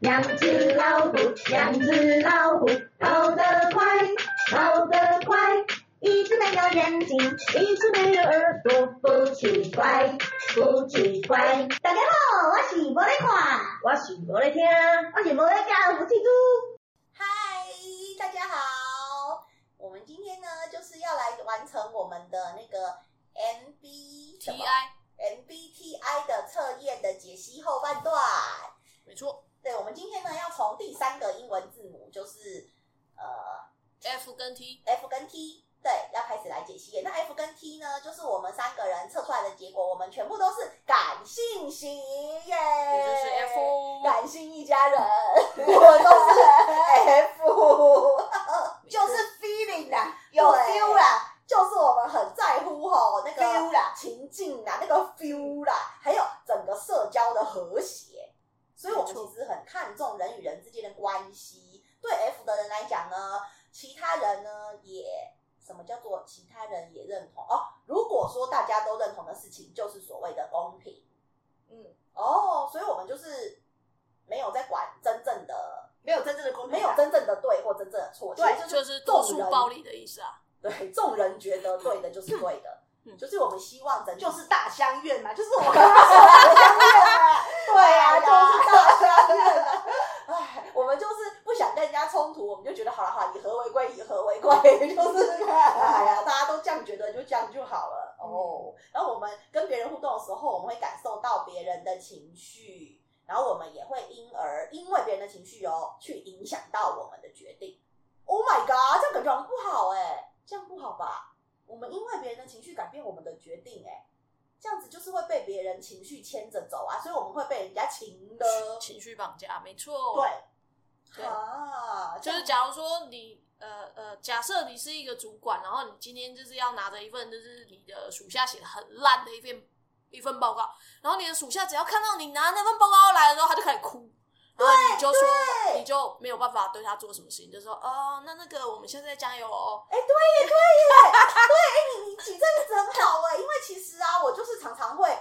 两只老虎，两只老虎，跑得快，跑得快。一只没有眼睛，一只没有耳朵，不奇怪，不奇怪。大家好，我是无咧看，我是无咧听，我是无咧教福气猪。嗨，大家好，我们今天呢就是要来完成我们的那个 MB 什么 TI MBTI 的测验的解析后半段。没错对，我们今天呢要从第三个英文字母，就是呃，F 跟 T F 跟 T，对，要开始来解析了。那 F 跟 T 呢，就是我们三个人测出来的结果，我们全部都是感性型耶，也就是哎 F，感性一家人，我都是 F，没就错是 feeling 啦，有 feel 啦。就是我们很在乎吼那个 feel 啦、情境啊啦、那个 feel 啦，还有整个社交的和谐，所以我们没错其实很看重人与人之间的关系。对 F 的人来讲呢，其他人呢也什么叫做其他人也认同哦？如果说大家都认同的事情，就是所谓的公平。嗯，哦，所以我们就是没有在管真正的，没有真正的公平，没有真正的对或真正的错，对其实就是多数暴力的意思啊。对众人觉得对的就是对的，嗯就是我们希望整体就是大相怨嘛，就是我 对啊，哎呀就是大家怨啊。 哎，我们就是不想跟人家冲突，我们就觉得好了好了，以和为贵，以和为贵， 就是哎呀，大家都这样觉得，就这样就好了哦。然后我们跟别人互动的时候，我们会感受到别人的情绪，然后我们也会因而因为别人的情绪哦，去影响到我们的决定。Oh my god，这样感觉好像不好哎、这样不好吧？我们因为别人的情绪改变我们的决定哎、这样子就是会被别人情绪牵着走啊，所以我们会被人家情的。情绪绑架，没错。，对，对啊，就是假如说你呃呃，假设你是一个主管，然后你今天就是要拿着一份就是你的属下写的很烂的一份一份报告，然后你的属下只要看到你拿那份报告来的时候，他就开始哭。然后你就说，对你就没有办法对他做什么事情，就说哦，那那个我们现在加油哎哦，你你举这个例子很好哎、因为其实啊，我就是常常会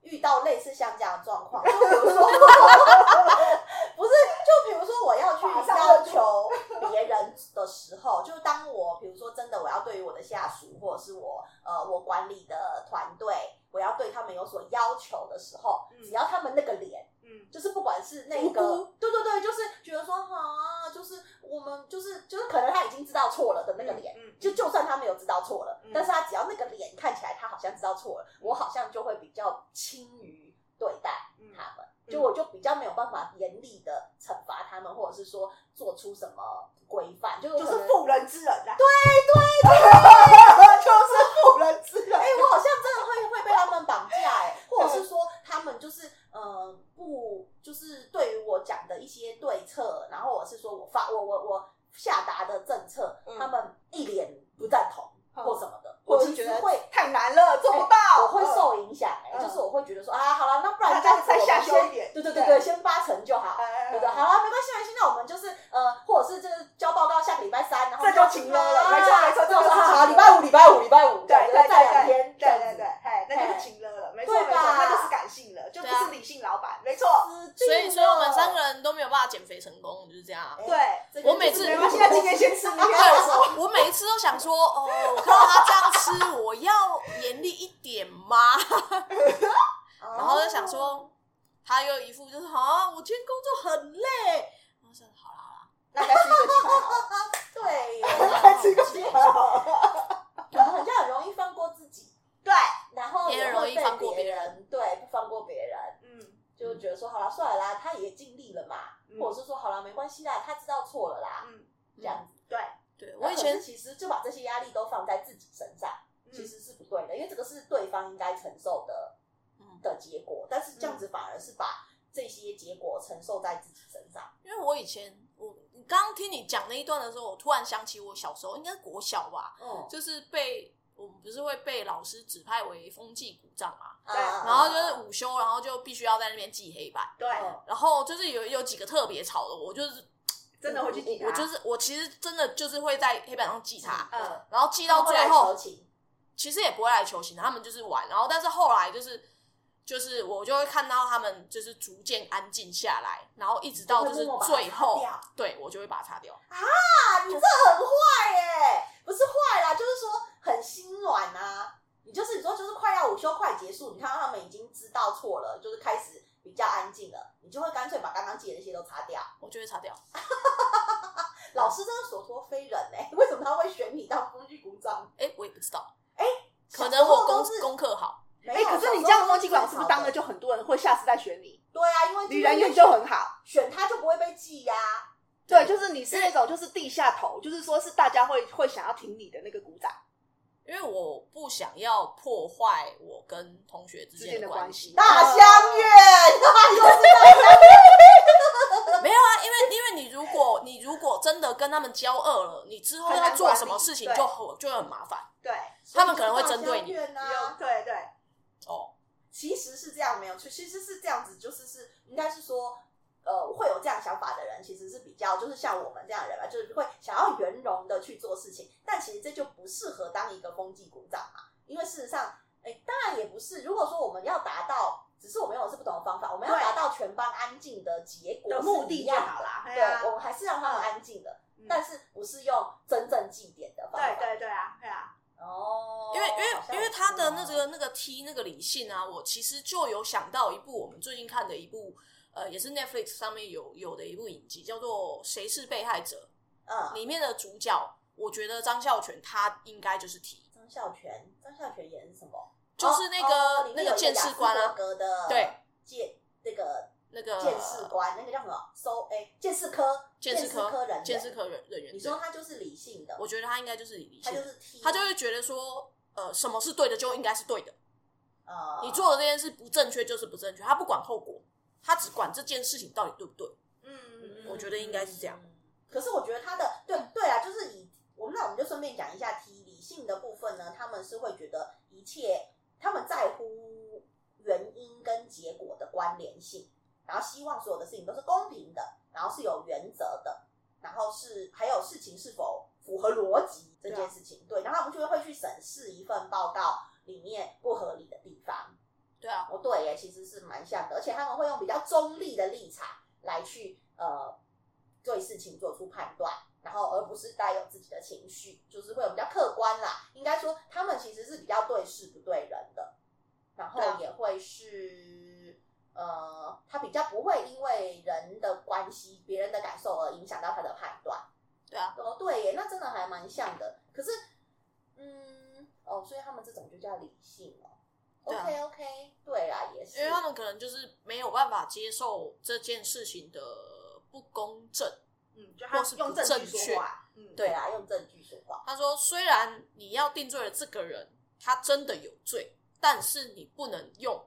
遇到类似像这样的状况，就比如说，哦不是，就比如说我要去马上要求别人的时候，就当我比如说真的我要对于我的下属或者是我呃我管理的团队，我要对他们有所要求的时候，嗯只要他们那个脸。嗯，就是不管是那无个辜，对对对，就是觉得说啊，就是我们就是就是可能他已经知道错了的那个脸，嗯嗯就就算他没有知道错了，嗯但是他只要那个脸看起来他好像知道错了，我好像就会比较轻于对待嗯他们，嗯就我就比较没有办法严厉的惩罚他们，或者是说做出什么规范，就是我就可能是妇人之仁啦，对对对，就是妇人之仁哎、。我好像真的会会被他们绑架哎、 或者是说他们就是呃不就是对于我讲的一些对策，然后我是说我发我我我下达的政策，嗯他们一脸不赞同嗯或什么的，我我就其觉实得会。太难了，做不到，啊我会受影响哎、嗯就是我会觉得说啊，好了，那不然大这家样子我再们下修先一点，对对对对，，先八成就好，哎对对，好了，没关系，没关系，那我们就是呃，或者是这个交报告下个礼拜三，然后这就勤劳了啊没错没错这就是好好好，勤劳礼拜五，礼拜五，礼拜五，对对对再两天，对这样对子对，哎，那就是情了了，没错对没错，吧那就是感性了，就不对是啊理性老板，没错，所以所以我们三个人，人都没有办法减肥成功，就是这样啊。哎对，这个我每就次是哦没没关系，关那系，那今今天天先吃，明天再说。对，我我每一次都想说，哦，我看到他这样吃，我要严厉一点吗？ 然后就想，说，他又一副就是，啊，我今天工作很累。然后想，好啦好啦，那该是一个鸡排好了，对耶，该是一个鸡排好了，我们好像很容易放过自己， 对，然后也很会容易被放过别人，对，不放过别人，嗯，就觉得说好了，算了啦，他也尽力了嘛，嗯或者是说好了，没关系啦，他知道错了啦，嗯，这样子。对，对那可我以是前其实就把这些压力都放在自己身上，其实是不对的，因为这个是对方应该承受的嗯的结果，但是这样子反而是把这些结果承受在自己身上。因为我以前我你刚刚听你讲那一段的时候，我突然想起我小时候，应该是国小吧，嗯，就是被我们不是会被老师指派为风纪股长嘛，啊对然后就是午休，然后就必须要在那边记黑板。对，嗯然后就是有有几个特别吵的，我就是真的会去记嗯我我就它，是我其实真的就是会在黑板上记他，嗯，然后记到会最来求后情其实也不会来求情，他们就是玩。然后但是后来就是就是我就会看到他们就是逐渐安静下来，然后一直到就是最后就会默默把它擦掉，对我就会把它擦掉。啊，你这很坏耶、不是坏啦，就是说很心软啊。你就是你说就是快要午休快结束，你看到他们已经知道错了，就是开始比较安静了，你就会干脆把刚刚记的那些都擦掉。我就会擦掉，老师真的所托非人哎、 为什么他会选你当风纪股长？哎、我也不知道，哎可能小我时候功都是功课好，没哎，有可是小时候你这样风纪管最是不是好当的了就很多人会下次再选你？对啊，因为你人缘就很好。选他就不会被记呀、对，就是你是那种就是地下头，就是说是大家会会想要听你的那个鼓掌因为我不想要破坏我跟同学之之间间的的关关系系。。大哎相 怨，他又是大相没有啊，因为因为你如果你如果真的跟他们交恶了，你之后很要难做管什么理事情对就很就很麻烦对，他们可能会针对你大相怨有啊。对对，哦。其实是这样，没有，其其实是这样子，就是是应该是说，呃，会有这样想法的人，其实是比较就是像我们这样的人吧，就是会想要圆融的去做事情，但其实这就不适合当一个风纪股长嘛，因为事实上，哎，当然也不是，如果说我们要达到，只是我们用的是不同的方法，我们要对达到全班安静的结果的是目一的就样好啦。对嘿啊，我们还是让他们安静的，嗯但是不是用真正祭奠的方法，对对对啊，对啊，哦，因为因好像为因为也他是的哦那个那个 T 那个理性啊，我其实就有想到一部我们最近看的一部，呃，也是 Netflix 上面有有的一部影集，叫做《谁是被害者》，嗯，里面的主角，我觉得张孝全他应该就是 T，张孝全，张孝全演什么？就是那个哦哦里面那有一个见士官雅斯伯啊，格的对见那个那个见士官，那个叫什么？搜哎，见士科，见士识科人员，见识科人人员，你说对他就是理性的，我觉得他应该就是理他性就的，是 T，他就会觉得说，呃，什么是对的就应该是对的，呃，你做的这件事不正确就是不正确，他不管后果，他只管这件事情到底对不对。嗯我觉得应该是这样。可是我觉得他的对对啊，就是以我们那我们就顺便讲一下 T 理性的部分呢，他们是会觉得一切他们在乎原因跟结果的关联性，然后希望所有的事情都是公平的，然后是有原则的，然后是还有事情是否符合逻辑这啊件事情，对，然后他们就会去审视一份报告里面不合理的地方。对啊，哦，对耶，其实是蛮像的，而且他们会用比较中立的立场来去呃对事情做出判断，然后而不是带有自己的情绪，就是会有比较客观啦。应该说他们其实是比较对事不对人的，然后对啊也会是呃，他比较不会因为人的关系、别人的感受而影响到他的判断。对啊，哦，对耶，那真的还蛮像的。可是，嗯，哦，所以他们这种就叫理性哦。对啊 OK OK，对啦，也是。因为他们可能就是没有办法接受这件事情的不公正。嗯，就他或是不用证据正确说话，嗯，对啦，用证据说话。他说，虽然你要定罪了这个人，他真的有罪，但是你不能用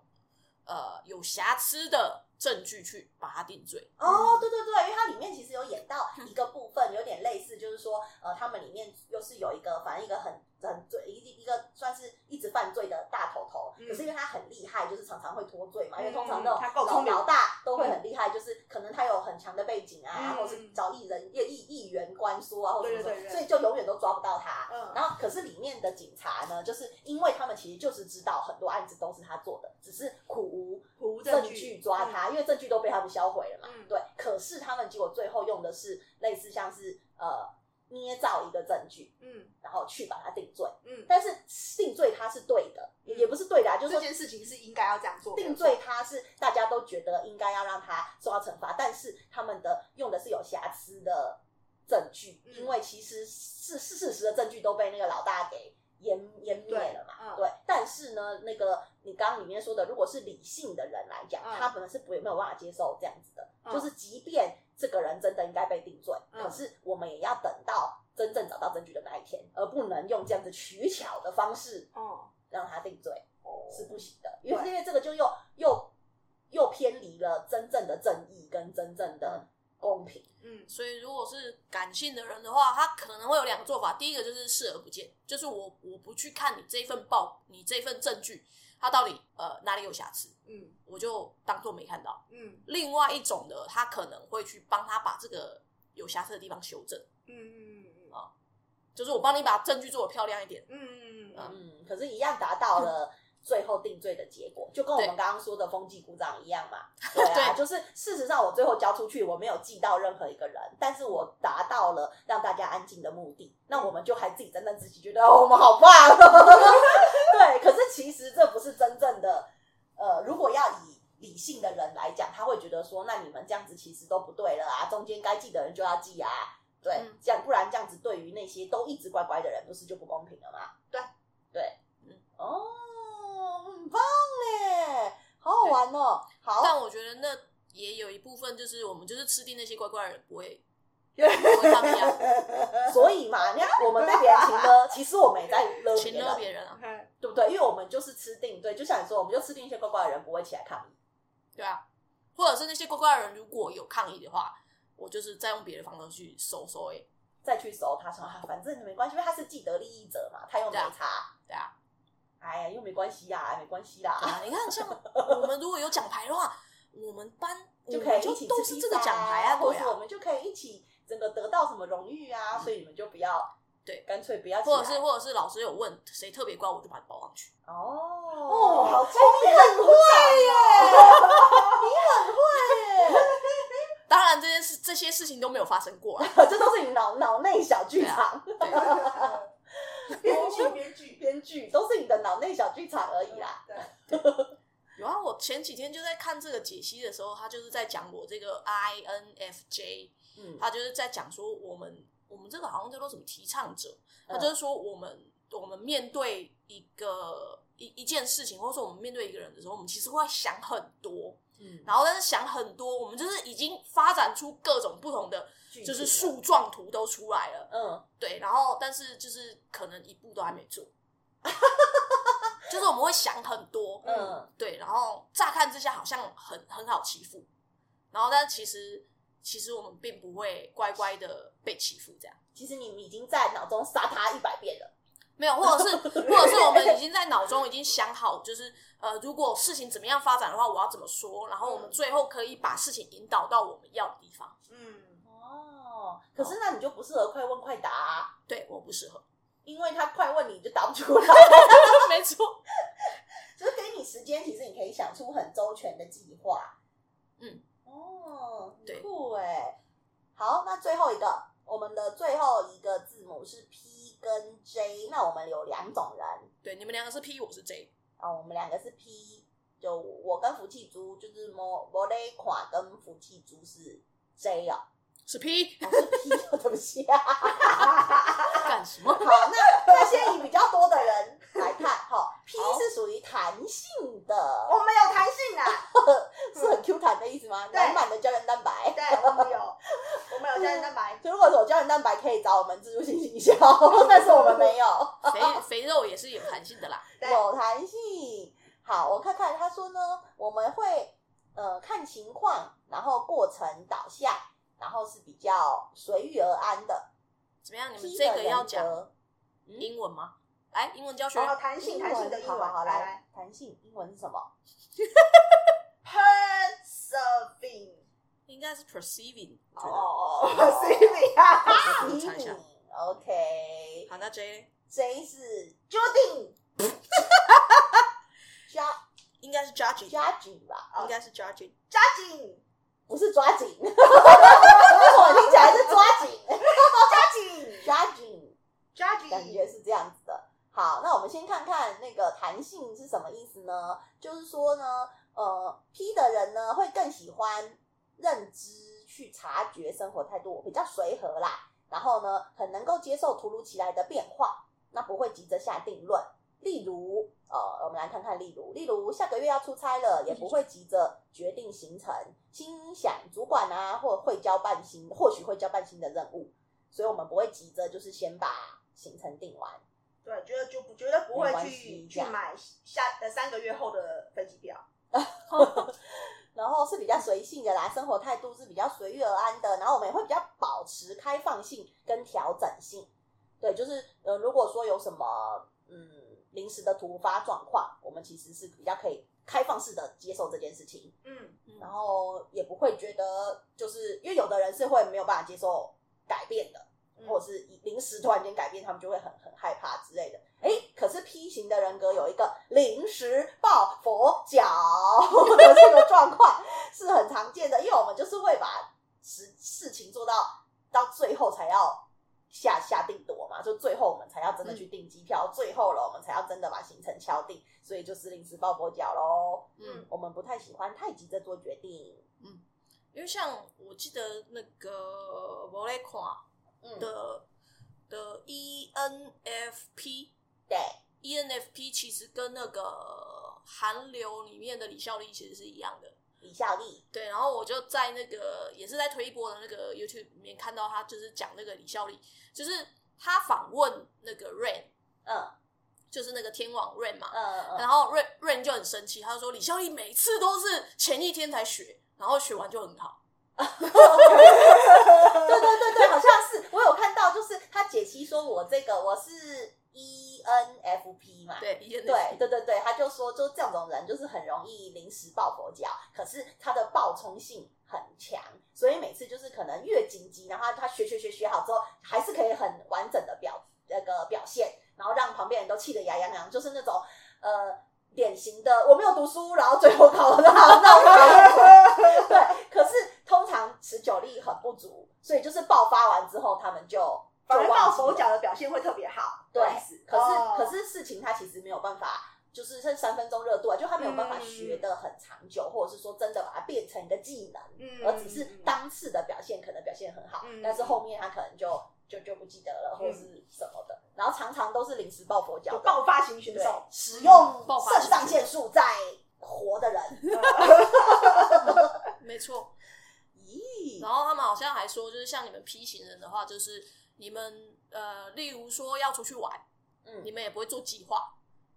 呃有瑕疵的证据去把他定罪。哦，对对对，因为它里面其实有演到嗯一个部分，有点类似，就是说，呃，他们里面又是有一个，反正一个很很罪，一一个算是一直犯罪的大头头，嗯可是因为他很厉害，就是常常会脱罪嘛，因为嗯通常那种他够老聪明老大都会很厉害，就是可能他有很强的背景啊，嗯或是找艺人、议议员官说啊，或者什么对对对对所以就永远都抓不到他。嗯然后可是里面的警察呢，就是因为他们其实就是知道很多案子都是他做的，只是苦无无证证据嗯据抓他，因为证据都被他们销毁了嘛。嗯对，可是他们结果最后用的是类似像是呃捏造一个证据，嗯然后去把他定罪。嗯，但是定罪他是对的，也也不是对的、啊，就是这说件事情是应该要这样做，定罪他是大家都觉得应该要让他受到惩罚，但是他们的用的是有瑕疵的证据，嗯因为其实是是事实的证据都被那个老大给湮湮灭了嘛。嗯对，但是呢，那个你刚刚里面说的，如果是理性的人来讲，嗯他本来是不没有办法接受这样子的，嗯就是即便这个人真的应该被定罪，嗯可是我们也要等到。真正找到证据的那一天，而不能用这样子取巧的方式嗯，让他定罪。哦是不行的，对因为因为这个就又又又偏离了真正的正义跟真正的公平。嗯所以，如果是感性的人的话，他可能会有两个做法。第一个就是视而不见，就是我我不去看你这一份报，你这份证据，它到底呃哪里有瑕疵，嗯我就当做没看到。嗯另外一种的，他可能会去帮他把这个有瑕疵的地方修正，嗯嗯嗯就是我帮你把证据做的漂亮一点。嗯嗯嗯，可是，一样达到了最后定罪的结果，就跟我们对刚刚说的风纪股长一样嘛。对啊，就是事实上我最后交出去，我没有记到任何一个人，但是我达到了让大家安静的目的，那我们就还自己沾沾自喜，觉得、哦、我们好棒。 对，可是其实这不是真正的，呃，如果要以理性的人来讲，他会觉得说，那你们这样子其实都不对了啊，中间该记的人就要记啊。对嗯，这样不然这样子对于那些都一直乖乖的人，不是就不公平了吗？对对，嗯哦，很棒嘞，好好玩哦，好，但我觉得那也有一部分就是我们就是吃定那些乖乖的人不 会，不会啊他们呀，嗯所以嘛，你看我们被别人情 勒，其实我们也在勒请别人了，别人啊，对不对？因为我们就是吃定，对，就像你说，我们就吃定一些乖乖的人不会起来抗议。 对啊，或者是那些乖乖的人如果有抗议的话，我就是再用别的方式去欸收收诶，再去搜他说啊，反正没关系，因为他是既得利益者嘛，他又没差，对啊，哎呀，又没关系呀、没关系啦，对啊，你看像我们如果有奖牌的话，我们班就我可以们一起就吃都披是萨这个奖牌啊，或对者是我啊，们就可以一起整个得到什么荣誉啊，所以你们就不要对干脆不要起来，或者是或者是老师有问谁特别乖，我就把你报上去。哦哦好聪明，啊很会耶，你很会耶。当然这件事这些事情都没有发生过啊， 这都是你脑脑内小剧场，编剧编剧， 编剧都是你的脑内小剧场而已啦。对，有啊，我前几天就在看这个解析的时候，他就是在讲我这个 INFJ，嗯，他就是在讲说我们我们这个好像叫做什么提倡者，他就是说我们我们面对一个一一件事情，或者说我们面对一个人的时候，我们其实会想很多，嗯，然后但是想很多，我们就是已经发展出各种不同的，剧嗯就是情啊，树状图都出来了，嗯，对，然后但是就是可能一步都还没做， 就是我们会想很多，嗯，对，然后乍看之下好像很很好欺负，然后但其实其实我们并不会乖乖的被欺负，这样其实你已经在脑中杀他一百遍了。没有，或 者是或者是我们已经在脑中已经想好，就是呃，如果事情怎么样发展的话，我要怎么说，然后我们最后可以把事情引导到我们要的地方。嗯，哦，可是那你就不适合快问快答啊，对，我不适合， 因为他快问你就答不出来，没错， 就是给你时间，其实你可以想出很周全的计划。嗯，哦，很对酷哎。好，那最后一个，我们的最后一个字母是 P 跟 J，那我们有两种人，对，你们两个是 P，我是 J，啊、我们两个是 P，就我跟福气猪就是摩摩雷款跟福气猪是 J 哦，是 P，我是 P，哦对不起啊。干什么？好，那那些以比较多的人来看，哈、p 好是属于弹性的，我们有弹性 啊，是很 Q 弹的意思吗？对满满的胶原蛋白。对，我们有，我们有胶原蛋白， 就如果有胶原蛋白，可以找我们自助性行销，但是我们没有， 哦肥肥肉也是有弹性的 啦。对有弹性。好，我看看他说呢，我们会呃看情况，然后过程导向，然后是比较随遇而安的。怎么样？你们 P 这的个要人讲格英文吗？来，英文教学啊然后哦弹性弹性的英好好文，好，来来来弹性英文是什么？ ，persevering，应该是 perceiving 我觉得。哦嗯 persevering 啊我查一下 OK，好，那 J 呢 J 是 ，Judin， judge 应该是 judging， judging 吧？哦应该是 judging。 Judging，不是抓 紧，为什么听起来是抓紧 Judging，Judging， ？judging 感觉是这样子的。好，那我们先看看那个弹性是什么意思呢？就是说呢，呃，P 的人呢会更喜欢认知去察觉生活态度，比较随和啦，然后呢很能够接受突如其来的变化，那不会急着下定论。例如，呃，我们来看看，例如，例如下个月要出差了，也不会急着决定行程，心想主管啊，或会交办新，或许会交办新的任务，所以我们不会急着就是先把行程定完。对，觉得就不绝对不会没关系去去买下呃三个月后的飞机票， 然后是比较随性的啦，生活态度是比较随遇而安的，然后我们也会比较保持开放性跟调整性。对，就是呃，如果说有什么嗯临时的突发状况，我们其实是比较可以开放式的接受这件事情，嗯，然后也不会觉得就是因为有的人是会没有办法接受改变的，嗯或者是一临时突然间改变，他们就会很很害怕之类的。哎，可是 P 型的人格有一个临时抱佛脚 的这个状况是很常见的，因为我们就是会把事事情做到到最后才要下下定夺嘛，就最后我们才要真嗯的去订机票，最后了我们才要真的把行程敲定，所以就是临时抱佛脚喽。嗯，我们不太喜欢太急着做决定。因为像我记得那个 v o l e c o 嗯，的的 E ENFP 对，E ENFP 其实跟那个韩流里面的李孝利其实是一样的。李孝利，对，然后我就在那个也是在推播的那个 YouTube 里面看到他就是讲那个李孝利，就是他访问那个 Rain，嗯就是那个天王 Rain 嘛，嗯嗯然后 Rain Rain 就很生气，他说李孝利每次都是前一天才学，然后学完就很好。对对对对，好像是我有看到，就是他解析说我这个我是 E ENFP 嘛，对，ENFP 对对对对，他就说就这种人就是很容易临时抱佛脚，可是他的暴冲性很强，所以每次就是可能越紧急，然后他他学学学学好之后，还是可以很完整的表那个表现，然后让旁边人都气得牙痒痒，就是那种呃典型的我没有读书，然后最后考得好，那我考得好对，可是通常持久力很不足，所以就是爆发完之后，他们就就反而忘抱记佛了脚的表现会特别好。对不好意思，可是、哦可是事情它其实没有办法，就是这三分钟热度啊，就他没有办法学的很长久，或者是说真的把它变成一个技能，嗯而只是当次的表现可能表现很好，嗯但是后面他可能就就就不记得了，或者是什么的，然后常常都是临时抱佛脚有的，爆发型选对手，使用爆发肾上腺素在活的人，没错。咦，然后他们好像还说，就是像你们 P 型人的话，就是你们呃，例如说要出去玩，嗯你们也不会做计划，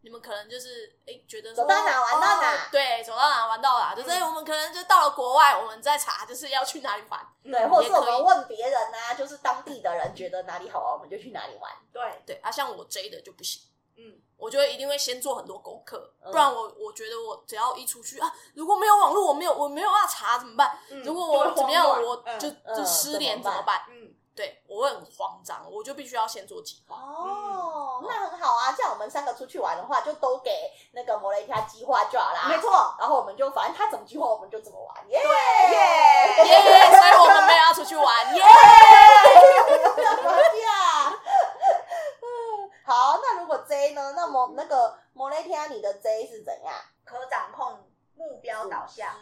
你们可能就是哎觉得说走到哪玩到哪嗯哦对，走到哪玩到哪，就是、哎我们可能就到了国外，我们再查就是要去哪里玩，嗯对，或者也是我可以们问别人啊，就是当地的人觉得哪里好玩，我们就去哪里玩。对，对啊，像我 J 的就不行。嗯，我就会一定会先做很多功课，嗯不然我我觉得我只要一出去啊，如果没有网络，我没有我没有要查怎么办？嗯如果就会我慌怎么样，乱我嗯就嗯就失联怎怎么么办办？嗯，对我会很慌张，我就必须要先做计划。哦，那很好啊！这样我们三个出去玩的话，就都给那个摩雷提亚计划就好啦。没，错，然后我们就反正他怎么计划，我们就怎么玩。耶 耶耶、所以我们没有要出去玩耶。摩雷提亚嗯啊好，那如果 J 呢？那么那个摩雷提亚，你的 J 是怎样？可掌控目标导向，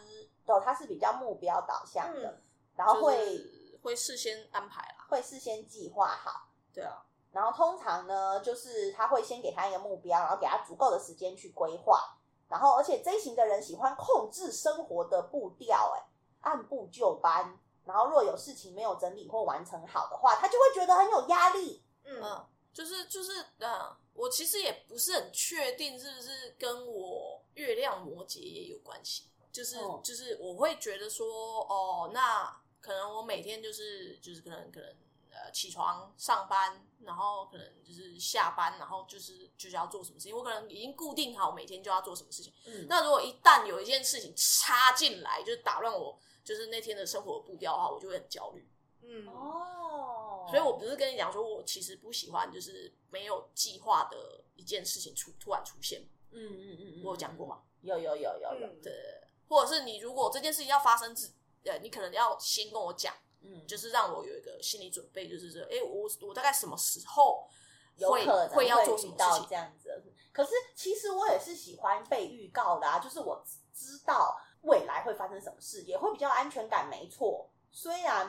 哦，他是比较目标导向的，嗯然后会、就是会事先安排啦。会事先计划好。对啊，然后通常呢，就是他会先给他一个目标，然后给他足够的时间去规划。然后，而且 J 型的人喜欢控制生活的步调，哎，按部就班。然后，若有事情没有整理或完成好的话，他就会觉得很有压力。嗯，嗯，就是就是嗯，我其实也不是很确定是不是跟我月亮摩羯也有关系，就是、哦就是我会觉得说哦，那可能我每天就是就是可能可能呃起床上班，然后可能就是下班，然后就是就是要做什么事情，我可能已经固定好每天就要做什么事情。嗯，那如果一旦有一件事情插进来，就是打乱我就是那天的生活步调的话，我就会很焦虑。嗯，哦所以我不是跟你讲说，我其实不喜欢就是没有计划的一件事情出突然出现，嗯嗯嗯嗯，我有讲过嘛？有有有有有，嗯，或者是你如果这件事情要发生之，呃，你可能要先跟我讲，嗯，就是让我有一个心理准备，就是说，哎、我我大概什么时候有会可能会要做什遇么到事这情？样子的。可是其实我也是喜欢被预告的啊，就是我知道未来会发生什么事，也会比较安全感，没错。虽然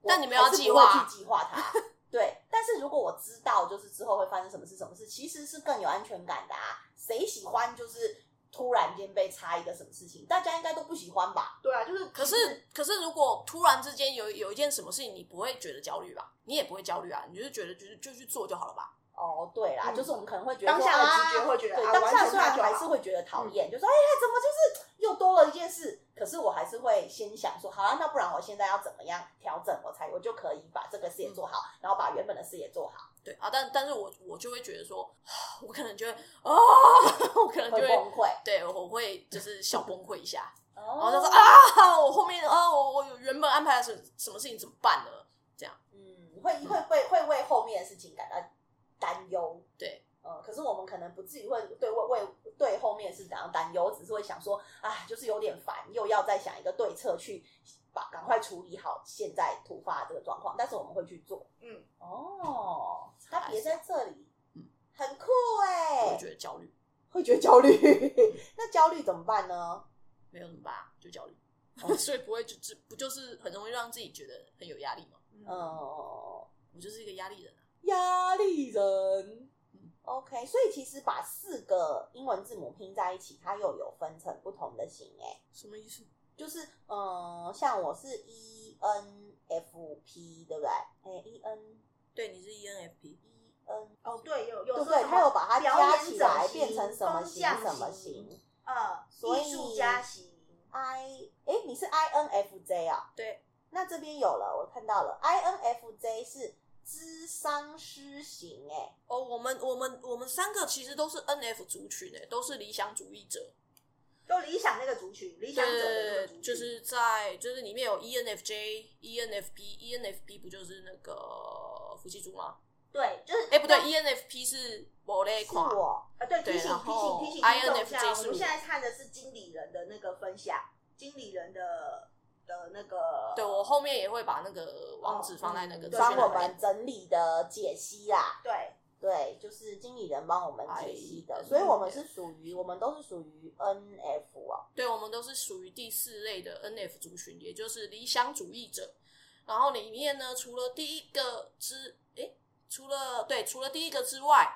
我但你们还要是计不会划去计划它，对。但是如果我知道就是之后会发生什么事，什么事其实是更有安全感的啊。谁喜欢就是突然间被插一个什么事情？大家应该都不喜欢吧？对啊，就是可是可是如果突然之间有有一件什么事情，你不会觉得焦虑吧？你也不会焦虑啊，你就是觉得就是就去做就好了吧？哦，对啦，嗯就是我们可能会觉得当说下的啊直觉会觉得对，啊，当完下成虽它然就还好嗯是会觉得讨厌，就说哎呀，怎么就是又多了一件事？可是我还是会先想说，好啊，那不然我现在要怎么样调整，我才我就可以把这个嗯事也做好，然后把原本的事也做好，对啊，但但是我我就会觉得说， 我可能就会啊， 我可能就会会崩溃。哦对，我会就是小崩溃一下，然然后就说，啊，我后面啊，我我原本安排了什什么事情怎么办呢？嗯，会会会会为后面的事情感到担忧。对，呃，可是我们可能不至于会对为为对后面是怎样担忧，只是会想说，啊，就是有点烦，又要再想一个对策去把赶快处理好现在突发这个状况，但是我们会去做。嗯，哦，它别一下在这里嗯，很酷哎、我觉得焦虑会觉得焦虑， 那焦虑怎么办呢？没有怎么办啊，就焦虑，所以不会就就不就是很容易让自己觉得很有压力吗？嗯嗯嗯呃，我就是一个压力人啊，压力人嗯。 OK，所以其实把四个英文字母拼在一起，它又有分成不同的型哎、什么意思？就是嗯、呃像我是 E N F P，对不对？哎、e N 对，你是 ENFP， E N，哦，对，有有对说不对？什么它有把它表加演起者来型变成什么型风什向么型型呃，所以艺术家型， I 哎、你是 I N F J 啊、对，那这边有了，我看到了，I N F J 是智商师型哎、哦，我们我们我们三个其实都是 NF 族群诶、欸都是理想主义者，就理想那个族群，理想者的那个族群，就是在就是里面有 E ENFJ、ENFP、ENFP 不就是那个夫妻猪吗？对，就是哎、不对，ENFP 是某类是款，我啊，对，对提醒然提后醒提醒听众一 INFJ 下，我是们我现在看的是经理人的那个分享，经理人的的那个，对我后面也会把那个网址放在那个嗯资讯帮我栏里面们整理的解析啦。对对，就是经理人帮我们解析的，哎所以我们是属于，我们都是属于 N F 哦，对，我们都是属于第四类的 NF 族群，也就是理想主义者。然后里面呢，除了第一个之，诶，除了对，除了第一个之外，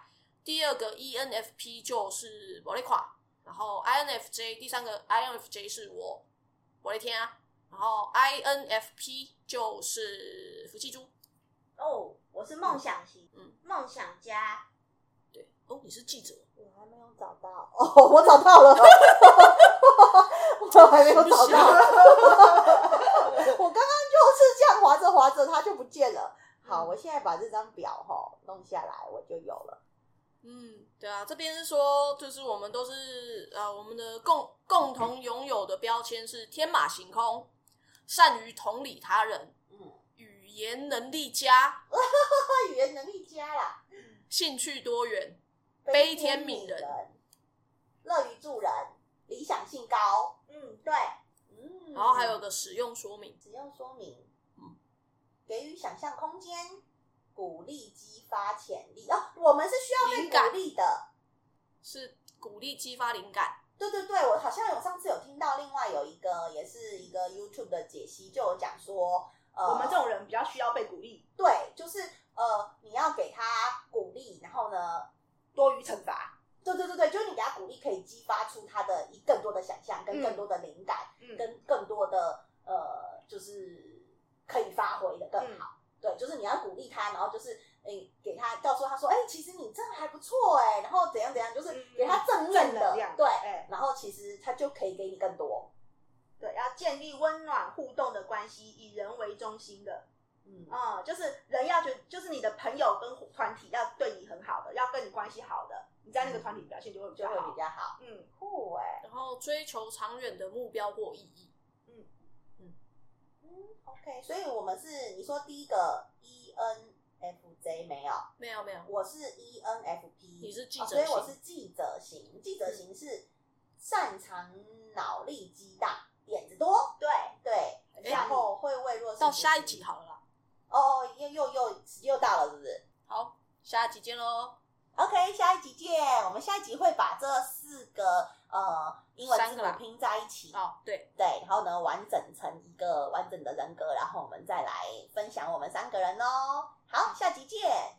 第二个 E ENFP 就是我雷垮，然后 INFJ 第三个 INFJ 是我，我的天啊！然后 INFP 就是福气猪，哦，我是梦想型，嗯嗯梦想家，对，哦，你是记者，我还没有找到 哦，我找到了， 我还没有找到， 我刚刚就是这样划着划着它就不见了。好，我现在把这张表哈弄下来，我就有了。嗯，对啊，这边是说，就是我们都是呃，我们的共共同拥有的标签是天马行空，善于同理他人，嗯，语言能力佳，那语言能力佳啦，兴趣多元，悲悲天悯悯人，乐于助人，理想性高。嗯，对，嗯，然后还有个使用说明，使用说明，嗯给予想象空间，鼓励激发潜力哦，我们是需灵要被感鼓励的。是鼓励激发灵感。对对对，我好像有上次有听到，另外有一个也是一个 YouTube 的解析，就有讲说，呃，我们这种人比较需要被鼓励，对，就是呃，你要给他鼓励，然后呢，多于惩罚，对对对对，就是你给他鼓励，可以激发出他的一更多的想象，跟嗯更多的灵感，嗯跟更多的呃，就是可以发挥的更嗯好。对，就是你要鼓励他，然后就是诶、给他告诉他说，哎、其实你这样还不错哎、然后怎样怎样，就是嗯给他正面正的，能量对，哎然后其实他就可以给你更多。对，要建立温暖互动的关系，以人为中心的，嗯，嗯，就是人要觉，就是你的朋友跟团体要对你很好的，要跟你关系好的，你在那个团体表现就会比嗯就较会比好，较好。嗯，酷哎、然后追求长远的目标或意义，嗯，OK，所以我们是你说第一个 E N F J 没有，没有没有，我是 E N F P，你是记哦者所以型嗯我是记者型。记者型是擅长脑力激荡，点子多，对，对，然后会为弱势。哎到下一集。好了啦，哦哦，又又又时间又到了，是不是好，下一集见喽， ？OK，下一集见。我们下一集会把这四个呃英文字三个啦母拼在一起，哦，对，对，然后呢完整成一个完整的人格，然后我们再来分享我们三个人哦。好，下集见。